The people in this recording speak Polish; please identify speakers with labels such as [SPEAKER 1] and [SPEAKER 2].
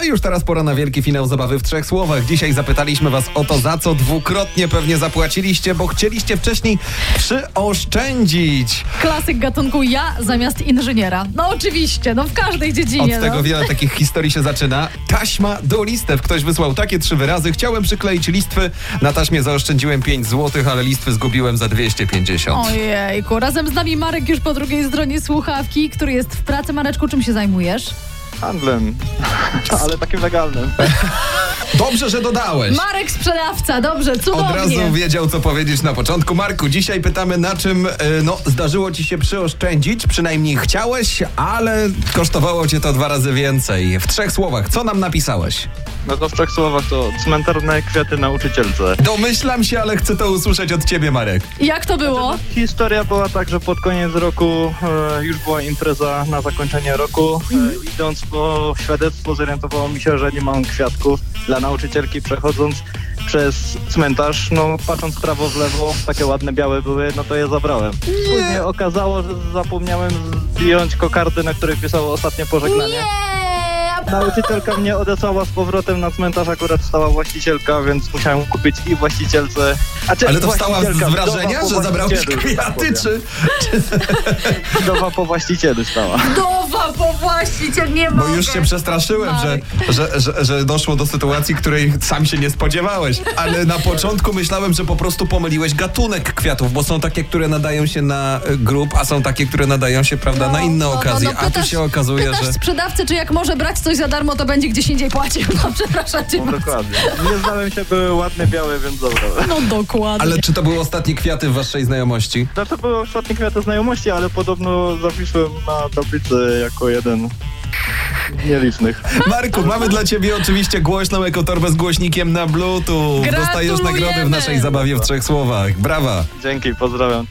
[SPEAKER 1] A już teraz pora na wielki finał zabawy w trzech słowach. Dzisiaj zapytaliśmy was o to, za co dwukrotnie pewnie zapłaciliście, bo chcieliście wcześniej przyoszczędzić.
[SPEAKER 2] Klasyk gatunku ja zamiast inżyniera. No oczywiście, no w każdej
[SPEAKER 1] Od
[SPEAKER 2] dziedzinie.
[SPEAKER 1] tego
[SPEAKER 2] no.
[SPEAKER 1] wiele takich historii się zaczyna. Taśma do listew. Ktoś wysłał takie trzy wyrazy. Chciałem przykleić listwy. Na taśmie zaoszczędziłem 5 zł, ale listwy zgubiłem za 250.
[SPEAKER 2] Ojejku, razem z nami Marek już po drugiej stronie słuchawki, który jest w pracy. Mareczku, czym się zajmujesz?
[SPEAKER 3] Handlem, ale takim legalnym.
[SPEAKER 1] Dobrze, że dodałeś.
[SPEAKER 2] Marek sprzedawca, dobrze, cudownie.
[SPEAKER 1] Od razu wiedział, co powiedzieć na początku. Marku, dzisiaj pytamy, na czym y, no, zdarzyło ci się przyoszczędzić, przynajmniej chciałeś, ale kosztowało cię to dwa razy więcej. W trzech słowach, co nam napisałeś?
[SPEAKER 3] No to w trzech słowach to cmentarne kwiaty nauczycielce.
[SPEAKER 1] Domyślam się, ale chcę to usłyszeć od ciebie, Marek.
[SPEAKER 2] Jak to było?
[SPEAKER 3] Historia była tak, że pod koniec roku e, już była impreza na zakończenie roku. E, idąc po świadectwo zorientowało mi się, że nie mam kwiatków dla nauczycielki przechodząc przez cmentarz, no patrząc w prawo w lewo, takie ładne białe były, no to je zabrałem. Później okazało, że zapomniałem zdjąć kokardy, na której pisało ostatnie pożegnanie.
[SPEAKER 2] Nie!
[SPEAKER 3] Nauczycielka mnie odesłała z powrotem na cmentarz, akurat stała właścicielka, więc musiałem kupić i właścicielce. A czy
[SPEAKER 1] Ale dostała z
[SPEAKER 3] właścicielka,
[SPEAKER 1] wrażenia,
[SPEAKER 3] wdowa po
[SPEAKER 1] że zabrałeś
[SPEAKER 3] właścicielu,
[SPEAKER 1] kwiaty, czy...
[SPEAKER 3] Wdowa po właścicielu stała.
[SPEAKER 2] Dowa po właściciel, nie
[SPEAKER 1] Bo
[SPEAKER 2] mogę.
[SPEAKER 1] już się przestraszyłem, że,
[SPEAKER 2] Marek.
[SPEAKER 1] że, że, że doszło do sytuacji, której sam się nie spodziewałeś. Ale na początku myślałem, że po prostu pomyliłeś gatunek kwiatów, bo są takie, które nadają się na y, grób, a są takie, które nadają się, prawda,
[SPEAKER 2] No,
[SPEAKER 1] na inne okazje. a tu się okazuje,
[SPEAKER 2] pytasz
[SPEAKER 1] że...
[SPEAKER 2] sprzedawcę, czy jak może brać coś za darmo, to będzie gdzieś indziej płacił. No przepraszam cię
[SPEAKER 3] No,
[SPEAKER 2] bardzo.
[SPEAKER 3] dokładnie. Nie znałem się, były ładne, białe, więc zabrałem.
[SPEAKER 2] No dokładnie.
[SPEAKER 1] Ale czy to były ostatnie kwiaty w waszej znajomości?
[SPEAKER 3] No to były ostatnie kwiaty znajomości, ale podobno zawisłem na tablicy jako jeden z nielicznych.
[SPEAKER 1] Marku, mamy dla ciebie oczywiście głośną ekotorbę z głośnikiem na bluetooth. Dostajesz
[SPEAKER 2] Gratulujemy.
[SPEAKER 1] nagrody w naszej zabawie w trzech słowach. Brawa!
[SPEAKER 3] Dzięki, pozdrawiam.